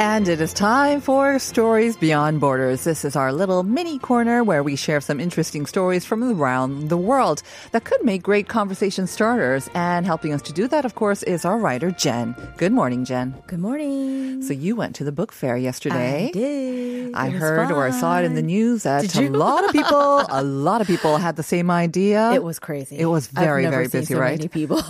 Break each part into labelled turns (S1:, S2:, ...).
S1: And it is time for Stories Beyond Borders. This is our little mini corner where we share some interesting stories from around the world that could make great conversation starters. And helping us to do that, of course, is our writer, Jen. Good morning, Jen.
S2: Good morning.
S1: So you went to the book fair yesterday.
S2: I did.
S1: I
S2: It was
S1: heard or I saw it in the
S2: fun.
S1: news that
S2: Did
S1: a
S2: you?
S1: lot of people, a lot of people had the same idea.
S2: It was crazy.
S1: It was very,
S2: I've never
S1: very
S2: seen
S1: busy,
S2: so
S1: right?
S2: Many people.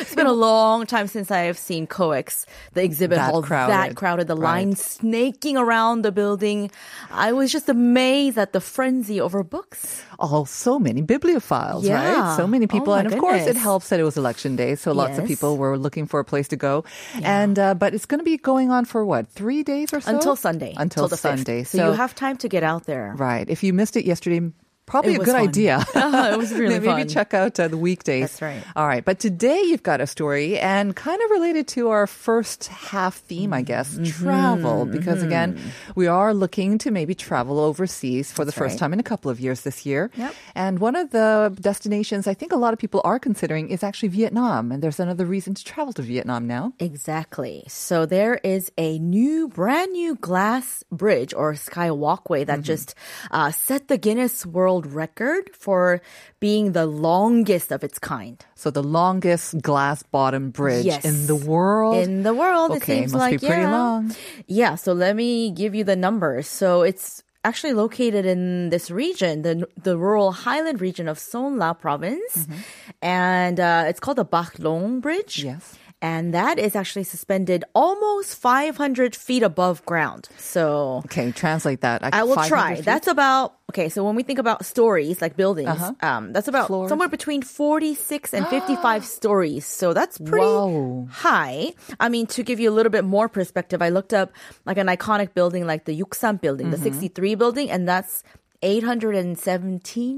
S2: it's been a long time since I have seen COEX, the exhibit
S1: That
S2: hall,
S1: crowded,
S2: that crowded. The
S1: right.
S2: line snaking around the building. I was just amazed at the frenzy over books.
S1: Oh, so many bibliophiles, right?
S2: Yeah.
S1: So many
S2: Oh
S1: people,
S2: my
S1: and of course, it
S2: goodness.
S1: helps that it was election day, so lots of
S2: Yes.
S1: people were looking for a place to go. And uh, but it's going to be going on for what three days or so
S2: Until Sunday.
S1: Until
S2: till the fifth.
S1: Sunday.
S2: So, you have time to get out there.
S1: right. If you missed it yesterday. Probably
S2: It
S1: a
S2: was
S1: good
S2: fun. Uh-huh,
S1: idea.
S2: It was really
S1: Maybe
S2: fun.
S1: check out uh, the weekdays.
S2: That's right.
S1: All right. But today you've got a story and kind of related to our first half theme, I guess,
S2: Mm-hmm.
S1: travel. Because again, we are looking to maybe travel overseas for the
S2: That's
S1: first
S2: right.
S1: time in a couple of years this year.
S2: Yep.
S1: And one of the destinations I think a lot of people are considering is actually Vietnam. And there's another reason to travel to Vietnam now.
S2: Exactly. So there is a new, brand new glass bridge or sky walkway that just uh, set the Guinness World Record for being the longest of its kind
S1: So the longest glass bottom bridge
S2: Yes.
S1: in the world.
S2: in the world. it
S1: Okay,
S2: seems
S1: must be
S2: like
S1: pretty
S2: yeah.
S1: long.
S2: Yeah. So let me give you the numbers. So it's actually located in this region, the the rural highland region of Sonla Province,
S1: Mm-hmm.
S2: and uh, it's called the Bac Long Bridge.
S1: Yes.
S2: And that is actually suspended almost 500 feet above ground. So
S1: Okay, translate that. Like
S2: I will
S1: 500
S2: try.
S1: feet?
S2: That's about okay. So when we think about stories like buildings, um, that's about
S1: Uh-huh. Floors.
S2: somewhere between forty-six and fifty-five stories. So that's pretty
S1: Wow.
S2: high. I mean, to give you a little bit more perspective, I looked up like an iconic building, like the Yuksan building,
S1: Mm-hmm.
S2: the sixty-three building, and that's. 817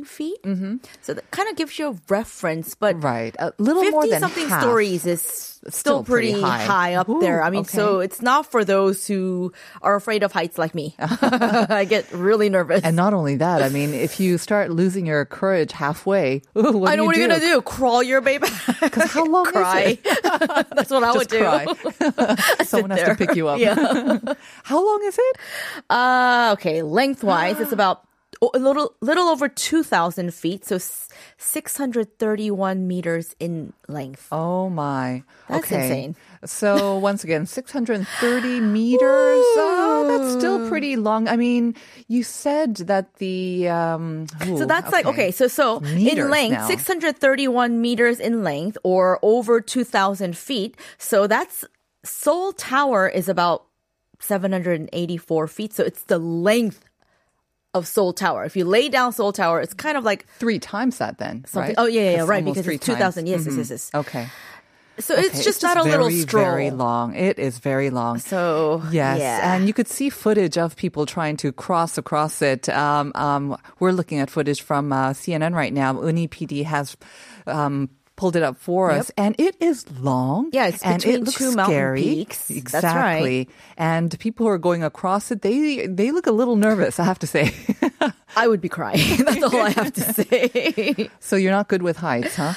S2: feet. Mm-hmm. So that kind of gives you a reference, but
S1: Right. A little
S2: 50
S1: more than
S2: something
S1: half.
S2: stories is
S1: Still
S2: still,
S1: pretty
S2: pretty,
S1: high.
S2: high. up
S1: Ooh,
S2: there. I mean,
S1: okay.
S2: so it's not for those who are afraid of heights like me. I get really nervous.
S1: And not only that, I mean, if you start losing your courage halfway, ooh, what
S2: I
S1: do
S2: know what
S1: you
S2: you're
S1: do?
S2: gonna do. Crawl your baby.
S1: Because how long is
S2: Cry.
S1: it?
S2: That's what I would
S1: Just
S2: do.
S1: cry. Someone has to
S2: there.
S1: pick you up.
S2: Yeah.
S1: How long is it?
S2: Uh, okay. Lengthwise, it's about o- a little little over two thousand feet, so six hundred thirty one meters in length.
S1: Oh my.
S2: That's
S1: okay.
S2: insane.
S1: So once again, 630 meters. Oh, that's still pretty long. I mean, you said that the um
S2: So that's like okay. So so
S1: Meters
S2: in length,
S1: now.
S2: six hundred thirty-one meters in length, or over two thousand feet. So that's Seoul Tower is about seven hundred and eighty-four feet. So it's the length of Seoul Tower. If you lay down Seoul Tower, it's kind of like
S1: three times that then,
S2: something.
S1: right?
S2: Oh yeah, yeah, yeah
S1: That's
S2: right.
S1: almost
S2: Because
S1: three
S2: it's two
S1: times. Mm-hmm.
S2: thousand. Yes, yes, yes, yes.
S1: Okay.
S2: So
S1: Okay,
S2: it's just not a little
S1: very,
S2: stroll.
S1: Very long. It is very long.
S2: So
S1: Yes,
S2: yeah.
S1: and you could see footage of people trying to cross across it. Um, um, we're looking at footage from uh, CNN right now. Uni PD has. Um, Pulled it up for us, and it is long.
S2: Yeah, it's
S1: and it
S2: between
S1: looks
S2: two mountain
S1: scary.
S2: peaks. That's
S1: Exactly, and people who are going across it, they they look a little nervous. I have to say.
S2: I would be crying. That's all I have to say.
S1: so you're not good with heights, huh?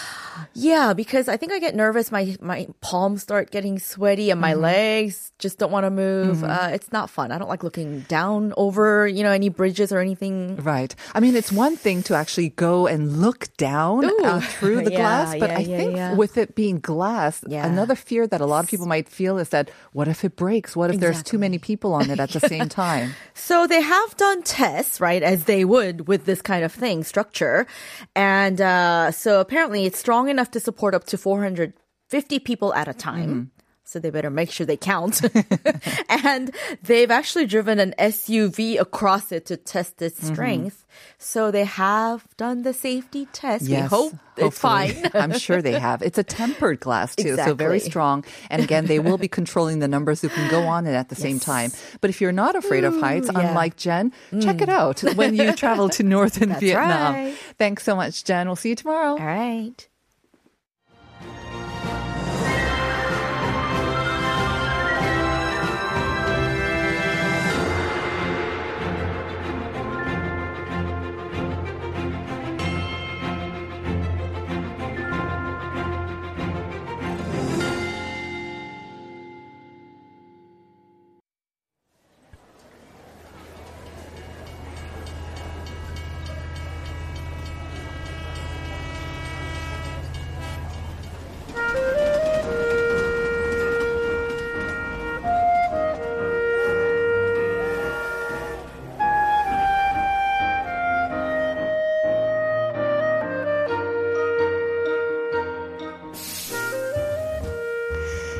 S2: Yeah, because I think I get nervous. My my palms start getting sweaty, and my legs just don't want to move. Uh, it's not fun. I don't like looking down over you know any bridges or anything.
S1: Right. I mean, it's one thing to actually go and look down uh, through the
S2: Yeah,
S1: glass, but
S2: yeah,
S1: I
S2: yeah,
S1: think
S2: yeah.
S1: with it being glass,
S2: Yeah.
S1: another fear that a lot of people might feel is that what if it breaks? What if there's too many people on it at the same time?
S2: So they have done tests, right, as they would with this kind of thing structure, and uh, so apparently it's strong enough to support up to 450 people at a time. So they better make sure they count. and they've actually driven an SUV across it to test its strength. So they have done the safety test. we hope it's
S1: hopefully.
S2: fine.
S1: I'm sure they have. It's a tempered glass too, so very
S2: Exactly.
S1: strong. And again, they will be controlling the numbers who can go on it at the same time. But if you're not afraid of heights,
S2: Ooh, yeah. Mm.
S1: unlike Jen, check it out when you travel to northern Vietnam.
S2: right.
S1: Thanks so much, Jen. We'll see you tomorrow.
S2: All right.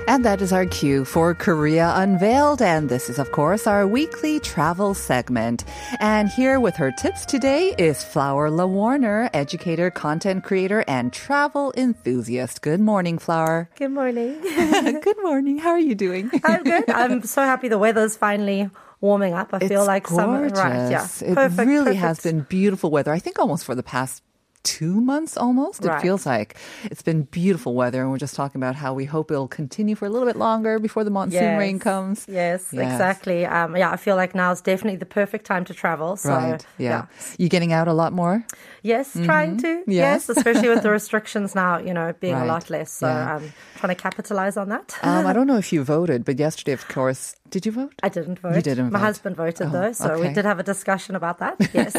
S1: And that is our cue for Korea Unveiled. And this is, of course, our weekly travel segment. And here with her tips today is Flower LaWarner, educator, content creator, and travel enthusiast. Good morning, Flower.
S3: Good morning.
S1: Good morning. How are you doing?
S3: I'm good. I'm so happy the weather's finally warming up. I feel
S1: it's
S3: like summer.
S1: gorgeous.
S3: Right, yeah.
S1: It
S3: perfect,
S1: really
S3: perfect.
S1: has been beautiful weather. I think almost for the past two months almost it
S3: Right.
S1: feels like it's been beautiful weather and we're just talking about how we hope it'll continue for a little bit longer before the monsoon
S3: Yes.
S1: rain comes
S3: Yes,
S1: Yes.
S3: exactly. Um, yeah, I feel like now is definitely the perfect time to travel. So,
S1: right yeah. you getting out a lot more
S3: Yes, trying to.
S1: Yes.
S3: Yes. especially with the restrictions now, you know, being
S1: Right.
S3: a lot less. So
S1: Yeah.
S3: I'm trying to capitalize on that.
S1: um, i don't know if you voted but yesterday of course did you vote
S3: I didn't vote.
S1: didn't
S3: My
S1: vote. Oh,
S3: husband voted though, so
S1: okay.
S3: we did have a discussion about that. Yes.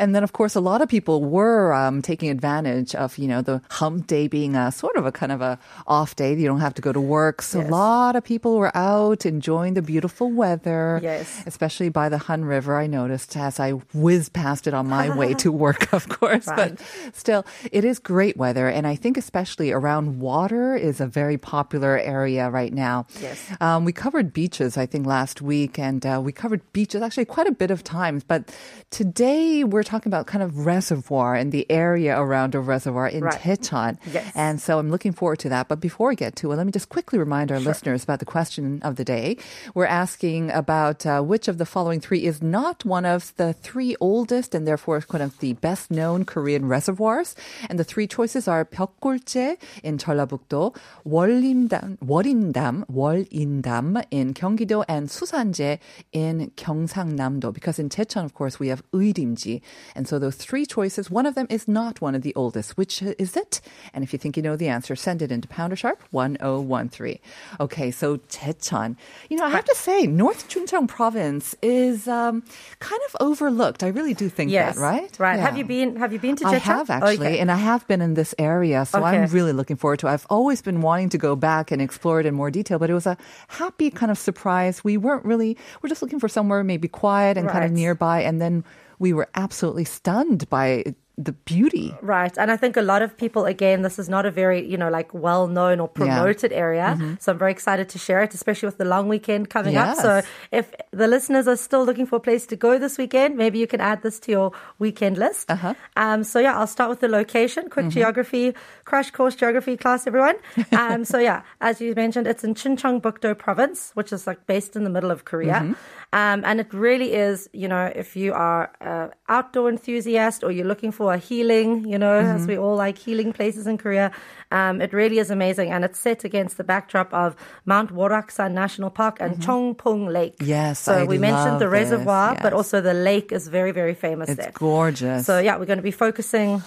S1: and then of course a lot of people were um, taking advantage of you know the hump day being a sort of a kind of a off day you don't have to go to work so a
S3: Yes.
S1: lot of people were out enjoying the beautiful weather
S3: Yes.
S1: especially by the hun river i noticed as i whizzed past it on my way to work of course but
S3: Right.
S1: still it is great weather and i think especially around water is a very popular area right now
S3: Yes.
S1: um, we covered beaches, I think, last week, and uh, we covered beaches actually quite a bit of times. But today we're talking about kind of reservoir and the area around a reservoir in
S3: Right.
S1: Teton.
S3: Yes.
S1: And so I'm looking forward to that. But before we get to it, let me just quickly remind our listeners about the question of the day. We're asking about uh, which of the following three is not one of the three oldest and therefore one of the best known Korean reservoirs. And the three choices are 벽골제 in 전라북도, 월림담, 월인담, 월인담 in 경기도, and 수산제 in 경상남도. Because in Techeon, of course, we have 의림지. And so those three choices, one of them is not one of the oldest. Which is it? And if you think you know the answer, send it into Pounder Sharp 1013. Okay, so Techeon. You know, I have to say, North Chungcheong province is um, kind of overlooked. I really do think
S3: yes.
S1: that, right?
S3: Right.
S1: Yeah.
S3: Have you been have you been to
S1: I
S3: Jeju?
S1: have actually,
S3: Okay.
S1: and I have been in this area, so I'm
S3: Okay.
S1: really looking forward to. it. I've always been wanting to go back and explore it in more detail, but it was a happy kind of surprise. We weren't really, we're just looking for somewhere maybe quiet and kind of
S3: Right.
S1: nearby, and then we were absolutely stunned by the beauty.
S3: Right. And I think a lot of people, again, this is not a very, you know, like well known or promoted area. So I'm very excited to share it, especially with the long weekend coming up. So
S1: Yes.
S3: if the listeners are still looking for a place to go this weekend, maybe you can add this to your weekend list. Uh-huh. Um, so yeah, I'll start with the location, quick geography, crash course geography class, everyone. Um, so yeah, as you mentioned, it's in Chincheongbuk-do province, which is like based in the middle of Korea.
S1: Mm-hmm.
S3: Um, and it really is, you know, if you are an outdoor enthusiast or you're looking for a healing, you know, as
S1: Mm-hmm.
S3: we all like healing places in Korea, um, it really is amazing. And it's set against the backdrop of Mount Woraksan National Park and Chongpong Lake.
S1: Mm-hmm. Yes,
S3: So
S1: I
S3: we mentioned the
S1: love this,
S3: reservoir, but
S1: yes.
S3: also the lake is very, very famous
S1: It's
S3: there.
S1: gorgeous.
S3: So yeah, we're going to be focusing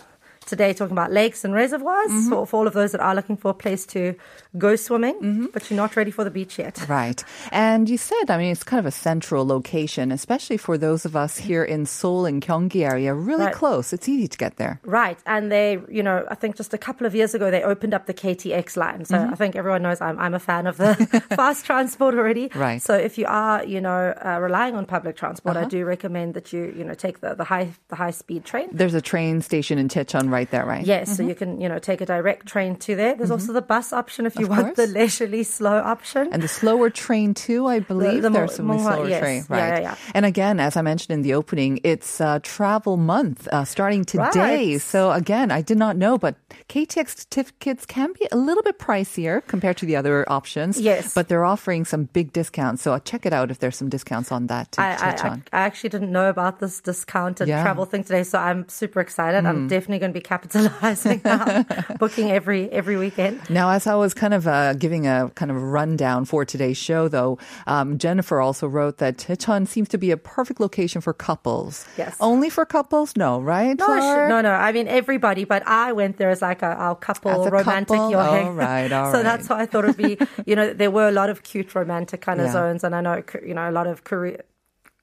S3: today talking about lakes and reservoirs
S1: Mm-hmm.
S3: for, for all of those that are looking for a place to go swimming,
S1: Mm-hmm.
S3: but you're not ready for the beach yet.
S1: Right. And you said, I mean, it's kind of a central location, especially for those of us here in Seoul and Gyeonggi area, really
S3: Right.
S1: close. It's easy to get there.
S3: Right. And they, you know, I think just a couple of years ago, they opened up the KTX line. So
S1: Mm-hmm.
S3: I think everyone knows I'm, I'm a fan of the fast transport already.
S1: Right. Uh-huh.
S3: So if you are, you know, uh, relying on public transport, I do recommend that you, you know, take the, the high, the high speed train.
S1: There's a train station in Techeon right there, right?
S3: Yes, so you can, you know, take a direct train to there. There's also the bus option if you
S1: Mm-hmm. Of
S3: want the
S1: course.
S3: leisurely slow option.
S1: And the slower train too, I believe.
S3: the
S1: There's some
S3: Mo- Mo-
S1: slower
S3: yes.
S1: train,
S3: Yeah,
S1: right?
S3: yeah, yeah.
S1: And again, as I mentioned in the opening, it's uh, travel month uh, starting today.
S3: Right.
S1: So again, I did not know, but KTX certificates can be a little bit pricier compared to the other options.
S3: Yes.
S1: but they're offering some big discounts. So uh, check it out if there's some discounts on that. To
S3: I,
S1: touch
S3: I,
S1: on.
S3: I I actually didn't know about this discounted
S1: Yeah. Mm.
S3: travel thing today, so I'm super excited. I'm definitely going to be capitalizing now, booking every every weekend.
S1: Now, as I was kind of uh, giving a kind of rundown for today's show, though, um, Jennifer also wrote that Techeon seems to be a perfect location for couples.
S3: Yes.
S1: Only for couples? No, right?
S3: No,
S1: Fleur?
S3: sh- no, no. I mean everybody, but I went there as like a, our couple
S1: As a
S3: romantic.
S1: couple?
S3: your
S1: All right, all
S3: so that's
S1: right.
S3: why I thought it'd be. You know, there were a lot of cute romantic kind of
S1: Yeah.
S3: zones, and I know you know a lot of Korea.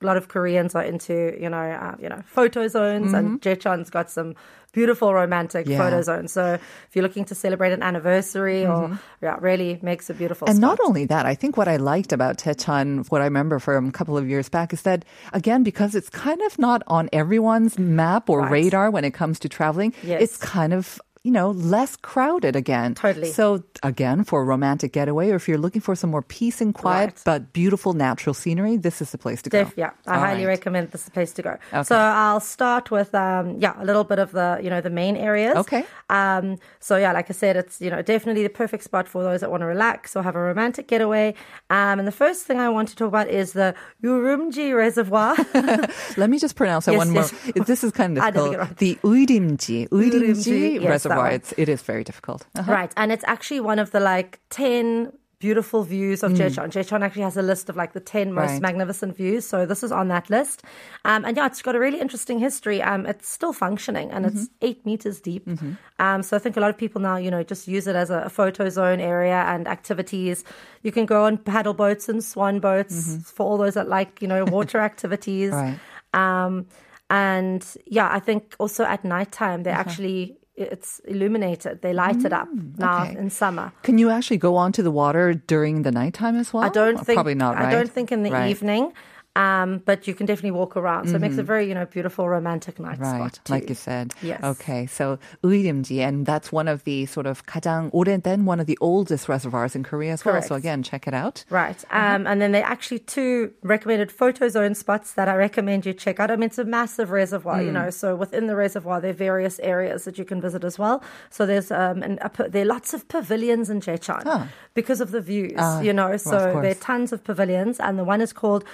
S3: A lot of Koreans are into, you know, uh, you know, photo zones,
S1: Mm-hmm.
S3: and Jechon's got some beautiful romantic
S1: Yeah.
S3: photo zones. So if you're looking to celebrate an anniversary, or yeah, really makes a beautiful.
S1: Mm-hmm. And
S3: spot.
S1: not only that, I think what I liked about Techeon, what I remember from a couple of years back, is that again because it's kind of not on everyone's map or
S3: Right.
S1: radar when it comes to traveling,
S3: Yes.
S1: it's kind of you know, less crowded again.
S3: Totally.
S1: So again, for a romantic getaway, or if you're looking for some more peace and quiet
S3: Right.
S1: but beautiful natural scenery, this is the place to go.
S3: Def- yeah, I
S1: All
S3: highly
S1: right.
S3: recommend this place to go.
S1: Okay.
S3: So I'll start with um, yeah, a little bit of the you know the main areas.
S1: Okay.
S3: Um, so yeah, like I said, it's you know definitely the perfect spot for those that want to relax or have a romantic getaway. Um, and the first thing I want to talk about is the Urumqi Reservoir.
S1: Let me just pronounce that
S3: Yes,
S1: one
S3: yes.
S1: more. It- This is kind of
S3: I didn't
S1: difficult.
S3: get
S1: The Uidimji,
S3: Uidimji,
S1: Uidimji
S3: yes,
S1: Reservoir.
S3: that one.
S1: It's, it is very difficult. Uh-huh.
S3: Right. And it's actually one of the like 10 beautiful views of Jecheon. Jecheon actually has a list of like the 10 most
S1: Hmm. Right.
S3: magnificent views. So this is on that list. Um, and yeah, it's got a really interesting history. Um, it's still functioning and it's
S1: Mm-hmm.
S3: eight meters deep. Um, so I think a lot of people now, you know, just use it as a, a photo zone area and activities. You can go on paddle boats and swan boats for all those that like, you know, water activities.
S1: Mm-hmm. Right.
S3: Um, and yeah, I think also at nighttime they actually it's illuminated. They light it up now
S1: Mm, okay.
S3: in summer.
S1: Can you actually go onto the water during the nighttime as Oh, well?
S3: I don't
S1: Or
S3: think
S1: Probably not, right?
S3: I don't think in the
S1: Right. Mm-hmm.
S3: evening. Um, but you can definitely walk around. So it makes a very, you know, beautiful romantic night
S1: Right,
S3: spot. Too.
S1: like you said.
S3: Yes.
S1: Okay, so Uirimji, and that's one of the sort of 가장 오래된, one of the oldest reservoirs in Korea as well. So
S3: Correct.
S1: again, check it out.
S3: Right. Um, and then there are actually two recommended photo zone spots that I recommend you check out. I mean, it's a massive reservoir, you know, so within the reservoir, there are various areas that you can visit as well. So there's, um, an, a, pa- there are lots of pavilions in Jechan because of the views, you know, so
S1: course.
S3: there are tons of pavilions. And the one is called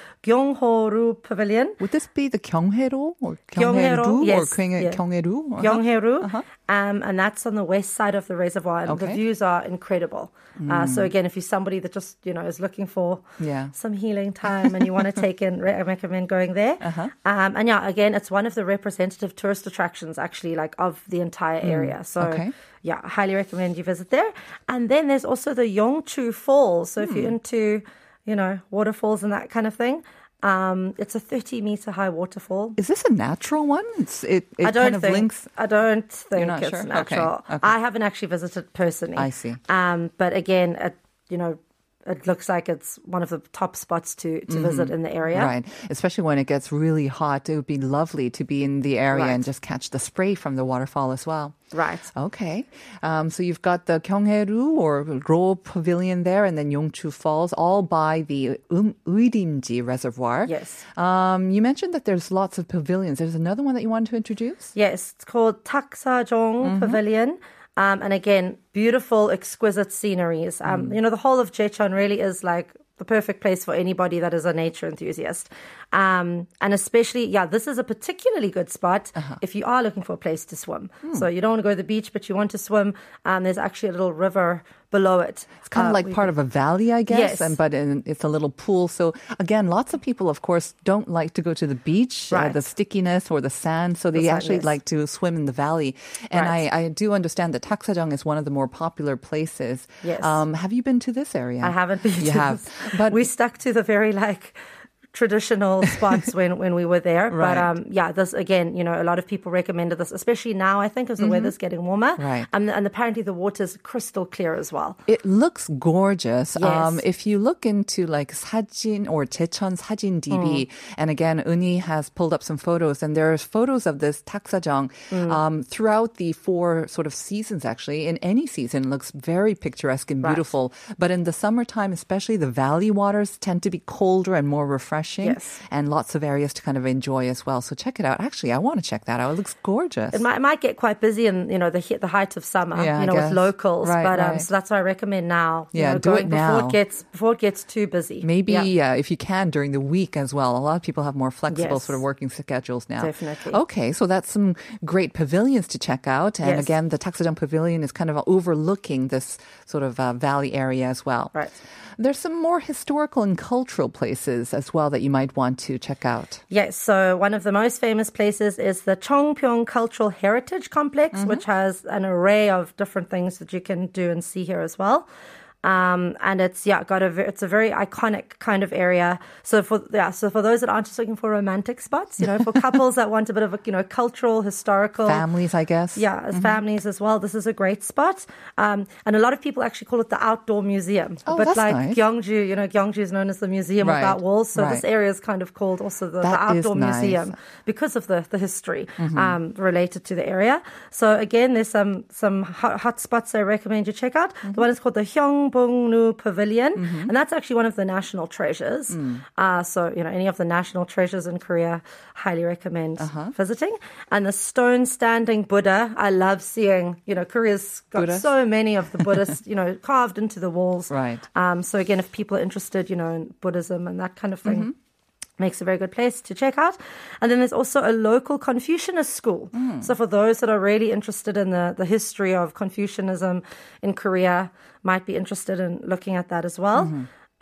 S3: Gyeongho-ru Pavilion.
S1: Would this be the Gyeonghaeru or
S3: Gyeonghaeru,
S1: Gyeonghaeru or
S3: yes,
S1: Gyeong-
S3: yeah.
S1: Gyeonghaeru? Uh-huh.
S3: Gyeonghaeru, um, and that's on the west side of the reservoir, and the
S1: Okay. Mm.
S3: views are incredible. Uh, so again, if you're somebody that just you know is looking for
S1: Yeah.
S3: some healing time and you want to take in, re- I recommend going there.
S1: Uh-huh.
S3: Um, and yeah, again, it's one of the representative tourist attractions actually, like of the entire area. So
S1: Mm. Okay.
S3: yeah, I highly recommend you visit there. And then there's also the Yongchu Falls. So if you're
S1: Hmm.
S3: into you know waterfalls and that kind of thing. Um, it's a 30 meter high waterfall.
S1: Is this a natural one? It's, it it
S3: I don't
S1: kind of
S3: think,
S1: links.
S3: I don't think
S1: not
S3: it's
S1: sure? Okay,
S3: natural.
S1: okay.
S3: I haven't actually visited personally.
S1: I see.
S3: Um, but again, it, you know, it looks like it's one of the top spots to, to visit in the area.
S1: Mm-hmm. Right, especially when it gets really hot, it would be lovely to be in the area
S3: Right.
S1: and just catch the spray from the waterfall as well.
S3: Right.
S1: Okay, um, so you've got the Gyeonghaeru or Ro Pavilion there, and then Yongchu Falls, all by the um, Uidimji Reservoir.
S3: Yes.
S1: Um, you mentioned that there's lots of pavilions. There's another one that you wanted to introduce.
S3: Yes, it's called
S1: Mm-hmm.
S3: Taksajong Pavilion. Um, and again, beautiful, exquisite sceneries. Um,
S1: Mm.
S3: You know, the whole of Jechon really is like the perfect place for anybody that is a nature enthusiast. Um, and especially, yeah, this is a particularly good spot
S1: Uh-huh.
S3: if you are looking for a place to swim.
S1: Hmm.
S3: So you don't want to go to the beach, but you want to swim. Um, there's actually a little river below it.
S1: It's kind of like part of a valley, I guess,
S3: Uh, Yes.
S1: and but in, it's a little pool. So again, lots of people, of course, don't like to go to the beach, uh,
S3: Right.
S1: the stickiness or the sand. So they
S3: sand,
S1: actually
S3: yes.
S1: like to swim in the valley. And
S3: Right.
S1: I, I do understand that Taksajong is one of the more popular places. Um,
S3: Yes.
S1: have you been to this area?
S3: I haven't been.
S1: You
S3: to
S1: have,
S3: this.
S1: but
S3: we stuck to the very like traditional spots when when we were there.
S1: Right.
S3: But um, yeah, this again, you know, a lot of people recommended this, especially now. I think as the weather's getting warmer,
S1: Mm-hmm. Right.
S3: And, and apparently the water's crystal clear as well.
S1: It looks gorgeous. Um,
S3: Yes.
S1: if you look into like Sajin or Jecheon Sajin DB,
S3: Mm.
S1: and again, Uni has pulled up some photos, and there's photos of this Taksajong
S3: Mm.
S1: um, throughout the four sort of seasons, actually. In any season, it looks very picturesque and
S3: Right.
S1: beautiful. But in the summertime, especially, the valley waters tend to be colder and more refreshing,
S3: Yes.
S1: and lots of areas to kind of enjoy as well. So check it out. Actually, I want to check that out. It looks gorgeous.
S3: It might, it might get quite busy in you know the heat- the height of summer,
S1: Yeah, I
S3: you know,
S1: guess.
S3: with locals.
S1: Right,
S3: but um,
S1: right.
S3: so that's why I recommend now. you
S1: Yeah,
S3: know,
S1: do it
S3: going before
S1: now.
S3: it gets before it gets too busy.
S1: Maybe uh,
S3: Yeah.
S1: if you can during the week as well. A lot of people have more flexible
S3: Yes.
S1: sort of working schedules now.
S3: Definitely.
S1: Okay, so that's some great pavilions to check out. And
S3: Yes.
S1: again, the Taxodon Pavilion is kind of overlooking this sort of uh, valley area as well.
S3: Right.
S1: There's some more historical and cultural places as well that you might want to check out.
S3: Yes, so one of the most famous places is the Chongpyong Cultural Heritage Complex, which has an array of different things that you can do and see here as well. Um, and it's yeah, got a ve- it's a very iconic kind of area. So for yeah, so for those that aren't just looking for romantic spots, you know, for couples that want a bit of a, you know cultural, historical,
S1: Families, I guess.
S3: yeah, as families as well. This is a great spot. Um, and a lot of people actually call it the outdoor museum.
S1: Oh,
S3: but
S1: that's
S3: like
S1: nice.
S3: Gyeongju, you know, Gyeongju is known as the Museum
S1: Right,
S3: Without Walls. So this
S1: right.
S3: area is kind of called also the, the
S1: That is
S3: outdoor
S1: nice.
S3: museum because of the, the history
S1: Mm-hmm.
S3: um, related to the area. So again, there's some some hot, hot spots I recommend you check out.
S1: Mm-hmm.
S3: The one is called the Hyeongbongnu Pavilion, and that's actually one of the national treasures.
S1: Mm.
S3: Uh, so you know, any of the national treasures in Korea, highly recommend
S1: Uh-huh.
S3: visiting. And the stone standing Buddha, I love seeing. You know, Korea's got
S1: Buddhas?
S3: so many of the Buddhists, you know, carved into the walls.
S1: Right.
S3: Um, so again, if people are interested, you know, in Buddhism and that kind of
S1: Mm-hmm.
S3: thing makes a very good place to check out. And then there's also a local Confucianist school. So for those that are really interested in the, the history of Confucianism in Korea, might be interested in looking at that as well.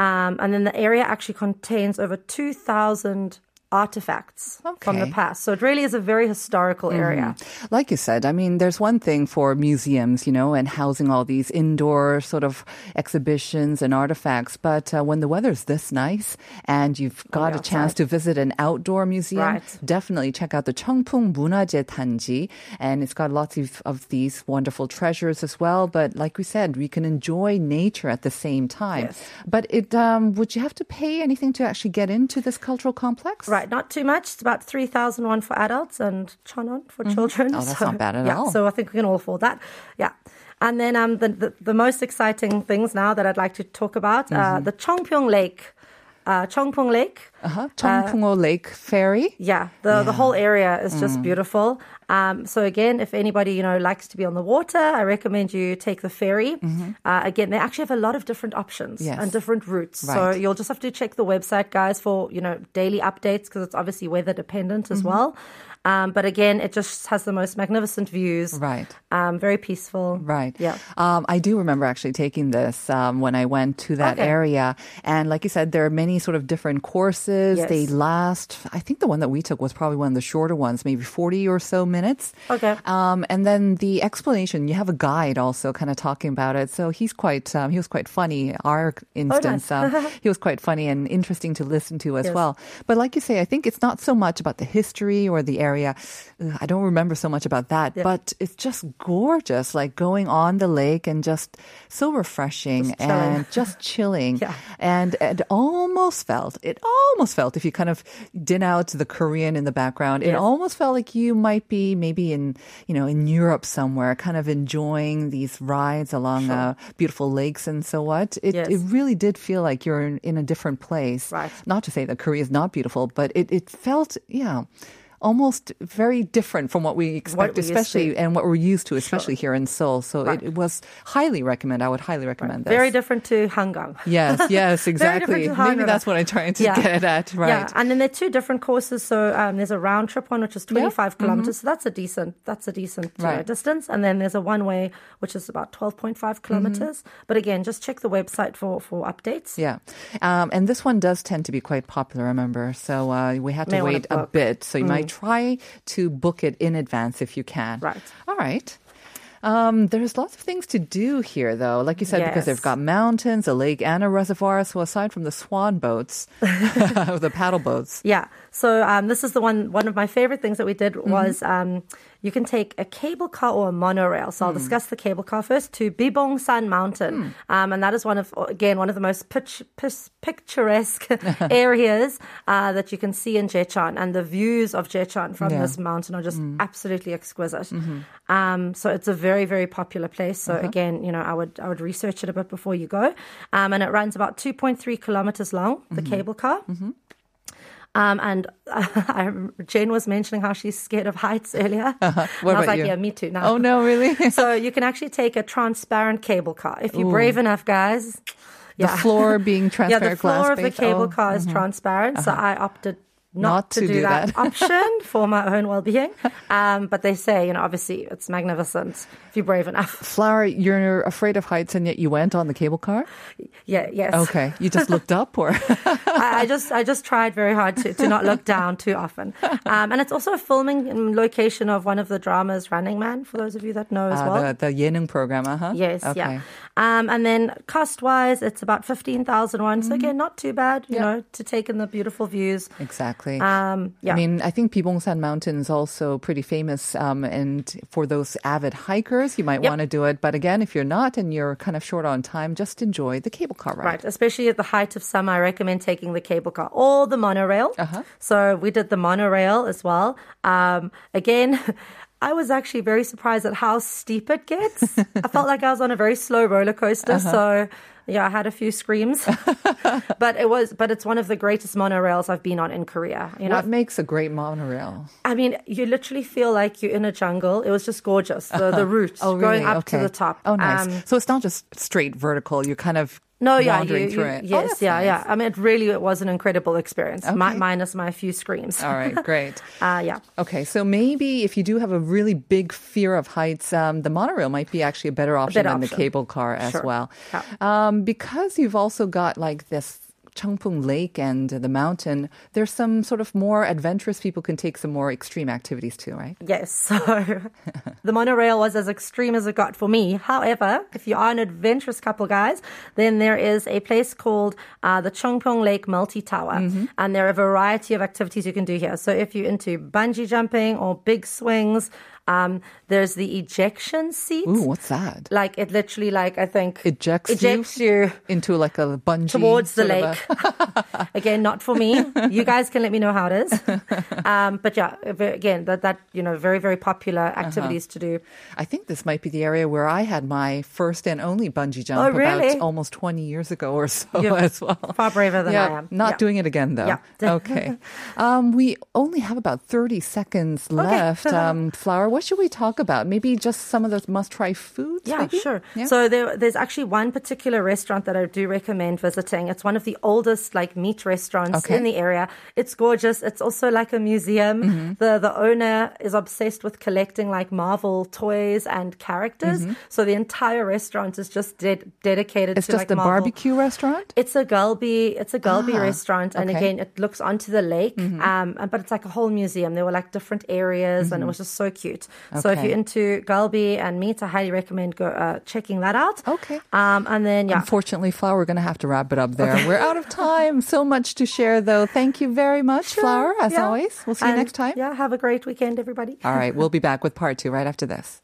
S3: Um, and then the area actually contains over 2,000 artifacts from the
S1: Okay.
S3: past. So it really is a very historical area.
S1: Like you said, I mean, there's one thing for museums, you know, and housing all these indoor sort of exhibitions and artifacts. But uh, when the weather's this nice and
S3: Oh,
S1: you've got a chance to visit an outdoor museum,
S3: Right.
S1: definitely check out the Cheongpung Munaje Tanji. And it's got lots of, of these wonderful treasures as well. But like we said, we can enjoy nature at the same time.
S3: Yes.
S1: But it um, would you have to pay anything to actually get into this cultural complex?
S3: Right, not too much. It's about 3,000 won for adults and chonon for children.
S1: Oh, that's not bad at
S3: yeah,
S1: all.
S3: So I think we can all afford that. Yeah. And then um, the, the, the most exciting things now that I'd like to talk about
S1: Mm-hmm.
S3: uh, the Chongpyeong Lake. Uh, Chongpyeong Lake.
S1: Uh-huh.
S3: Uh,
S1: Cheongpungo Lake Ferry.
S3: Yeah, the, the whole area is
S1: Mm.
S3: just beautiful. Um, so again, if anybody you know likes to be on the water, I recommend you take the ferry. Uh, again, they actually have a lot of different options
S1: Mm-hmm. Yes.
S3: and different routes. So
S1: Right.
S3: you'll just have to check the website, guys, for you know daily updates because it's obviously weather dependent
S1: Mm-hmm.
S3: as well. Um, but again, it just has the most magnificent views.
S1: Right.
S3: Um, very peaceful.
S1: Right.
S3: Yeah.
S1: Um, I do remember actually taking this um, when I went to that
S3: Okay.
S1: area. And like you said, there are many sort of different courses.
S3: Yes.
S1: They last, I think the one that we took was probably one of the shorter ones, maybe 40 or so minutes.
S3: Okay.
S1: Um, and then the explanation, you have a guide also kind of talking about it. So he's quite, um, he was quite funny. Our
S3: Oh,
S1: instance, um, he was quite funny and interesting to listen to as
S3: Yes.
S1: well. But like you say, I think it's not so much about the history or the area. Ugh, I don't remember so much about that, but it's just gorgeous, like going on the lake and just so refreshing
S3: Just chilling.
S1: and just chilling.
S3: Yeah.
S1: And it almost felt, it almost felt, if you kind of din out the Korean in the background, it
S3: Yes.
S1: almost felt like you might be maybe in, you know, in Europe somewhere, kind of enjoying these rides along uh, beautiful lakes and so what. It,
S3: Yes.
S1: it really did feel like you're in, in a different place.
S3: Right.
S1: Not to say that Korea is not beautiful, but it, it felt, yeah. Almost very different from what we expect,
S3: we used to.
S1: especially and what we're used to, especially here in Seoul. So it, it was highly recommend. I would highly recommend this.
S3: Very different to Hangang.
S1: Yes, yes,
S3: Very different
S1: exactly.
S3: to
S1: Maybe
S3: Hanura.
S1: that's what I'm trying to
S3: Yeah.
S1: get at,
S3: Yeah,
S1: right?
S3: and then there are two different courses. So um, there's a round trip one, which is 25 kilometers. So that's a decent, that's a decent you know,
S1: Mm-hmm. Right.
S3: distance. And then there's a one way, which is about 12.5
S1: Mm-hmm.
S3: kilometers. But again, just check the website for for updates.
S1: Yeah. Um, and this one does tend to be quite popular, I remember. So uh, we have to
S3: May wanna
S1: wait a
S3: book. Mm.
S1: bit. So you might try to book it in advance if you can.
S3: Right.
S1: All right. Um, there's lots of things to do here, though. Like you said, because they've
S3: Yes.
S1: got mountains, a lake, and a reservoir. So aside from the swan boats, the paddle boats,
S3: Yeah. So um, this is the one. One of my favorite things that we did was um, you can take a cable car or a monorail. So I'll discuss the cable car first to Bibong San Mountain, um, and that is one of again one of the most pitch, pis- picturesque areas uh, that you can see in Jechan, and the views of Jechan from
S1: Yeah.
S3: this mountain are just absolutely exquisite. Um, so it's a very very popular place. So again, you know, I would I would research it a bit before you go, um, and it runs about two point three kilometers long. The cable car. Um, and I, Jane was mentioning how she's scared of heights earlier.
S1: Uh-huh. What
S3: and I was
S1: about
S3: like,
S1: you?
S3: yeah, me too. Now.
S1: Oh, no, really?
S3: so you can actually take a transparent cable car if you're brave enough, guys.
S1: the floor being transparent
S3: yeah, the floor
S1: glass
S3: of the
S1: based.
S3: cable
S1: Oh.
S3: car is transparent, so I opted not,
S1: Not
S3: to,
S1: to
S3: do,
S1: do
S3: that,
S1: that.
S3: option for my own well-being. Um, but they say, you know, obviously it's magnificent if you're brave enough.
S1: Flower, you're afraid of heights and yet you went on the cable car?
S3: Yeah, yes.
S1: Okay. You just looked up or?
S3: I, I just I just tried very hard to, to not look down too often. Um, and it's also a filming um, location of one of the dramas, Running Man, for those of you that know as
S1: Ah,
S3: well.
S1: the, the Yenung program, uh huh.
S3: Yes,
S1: okay.
S3: yeah. Um, and then cost wise, it's about 15,000 won. So again, not too bad, you
S1: Mm-hmm. Yeah.
S3: know, to take in the beautiful views.
S1: Exactly.
S3: Um, yeah.
S1: I mean, I think Bibongsan Mountain is also pretty famous, um, and for those avid hikers, you might
S3: Yep.
S1: want to do it. But again, if you're not and you're kind of short on time, just enjoy the cable car ride.
S3: Right, especially at the height of summer, I recommend taking the cable car or the monorail.
S1: Uh-huh.
S3: So we did the monorail as well. Um, again, I was actually very surprised at how steep it gets. I felt like I was on a very slow roller coaster.
S1: Uh-huh.
S3: So yeah, I had a few screams, but it was, but it's one of the greatest monorails I've been on in Korea. You know,
S1: What makes a great monorail?
S3: I mean, you literally feel like you're in a jungle. It was just gorgeous. The, the route
S1: Oh, really?
S3: going up
S1: okay.
S3: to the top.
S1: Oh, nice.
S3: Um,
S1: so it's not just straight vertical. You're kind of
S3: no, yeah, you,
S1: wandering
S3: you-
S1: through it. Oh,
S3: yes,
S1: that's
S3: yeah,
S1: nice.
S3: yeah. I mean, it really it was an incredible experience, mi-
S1: Okay.
S3: minus my few screams.
S1: All right, great.
S3: Uh, yeah.
S1: Okay, so maybe if you do have a really big fear of heights, um, the monorail might be actually a better option
S3: better
S1: than the
S3: option.
S1: cable car as
S3: Sure.
S1: well.
S3: Yeah.
S1: Um, because you've also got like this Changpung Lake and the mountain, there's some sort of more adventurous people can take some more extreme activities too, right?
S3: Yes. So the monorail was as extreme as it got for me. However, if you are an adventurous couple, guys, then there is a place called uh, the Chongpyong Lake Multi Tower.
S1: Mm-hmm.
S3: And there are a variety of activities you can do here. So if you're into bungee jumping or big swings, um, there's the ejection seat.
S1: Ooh, what's that?
S3: Like it literally, like I think
S1: Ejects you?
S3: ejects you
S1: Into like a bungee
S3: towards the
S1: sort of a-
S3: lake. again, not for me. You guys can let me know how it is. Um, but yeah, ve- again, that that you know, very very popular
S1: Uh-huh.
S3: activities to do.
S1: I think this might be the area where I had my first and only bungee jump
S3: Oh, really?
S1: about almost 20 years ago or so
S3: You're
S1: as well.
S3: far braver than
S1: yeah,
S3: I am.
S1: Not
S3: Yeah.
S1: doing it again though.
S3: Yeah.
S1: okay. Um, we only have about 30 seconds left. Um, Flower, what should we talk about? Maybe just some of those must try foods?
S3: Yeah,
S1: maybe?
S3: sure.
S1: Yeah.
S3: So there, there's actually one particular restaurant that I do recommend visiting. It's one of the oldest like meat restaurants
S1: Okay.
S3: in the area. It's gorgeous. It's also like a museum.
S1: Mm-hmm.
S3: The the owner is obsessed with collecting like Marvel toys and characters. So the entire restaurant is just ded- dedicated
S1: Mm-hmm. it's
S3: to
S1: just
S3: like
S1: a
S3: Marvel.
S1: barbecue restaurant?
S3: It's a Gulby. It's a Gulby
S1: Ah,
S3: restaurant, and
S1: okay. Mm-hmm.
S3: again, it looks onto the lake. Um, and- but it's like a whole museum. There were like different areas, and it was just so cute. So if
S1: Mm-hmm. Okay.
S3: you're into Gulby and meat, I highly recommend go uh, checking that out.
S1: Okay.
S3: Um, and then yeah,
S1: Unfortunately, Flower, we're going to have to wrap it up there. We're out of time. So much to share, though. Thank you very much, Flower, as
S3: Yeah.
S1: always. We'll see you
S3: And,
S1: next time.
S3: Yeah, have a great weekend, everybody.
S1: All right. We'll be back with part two right after this.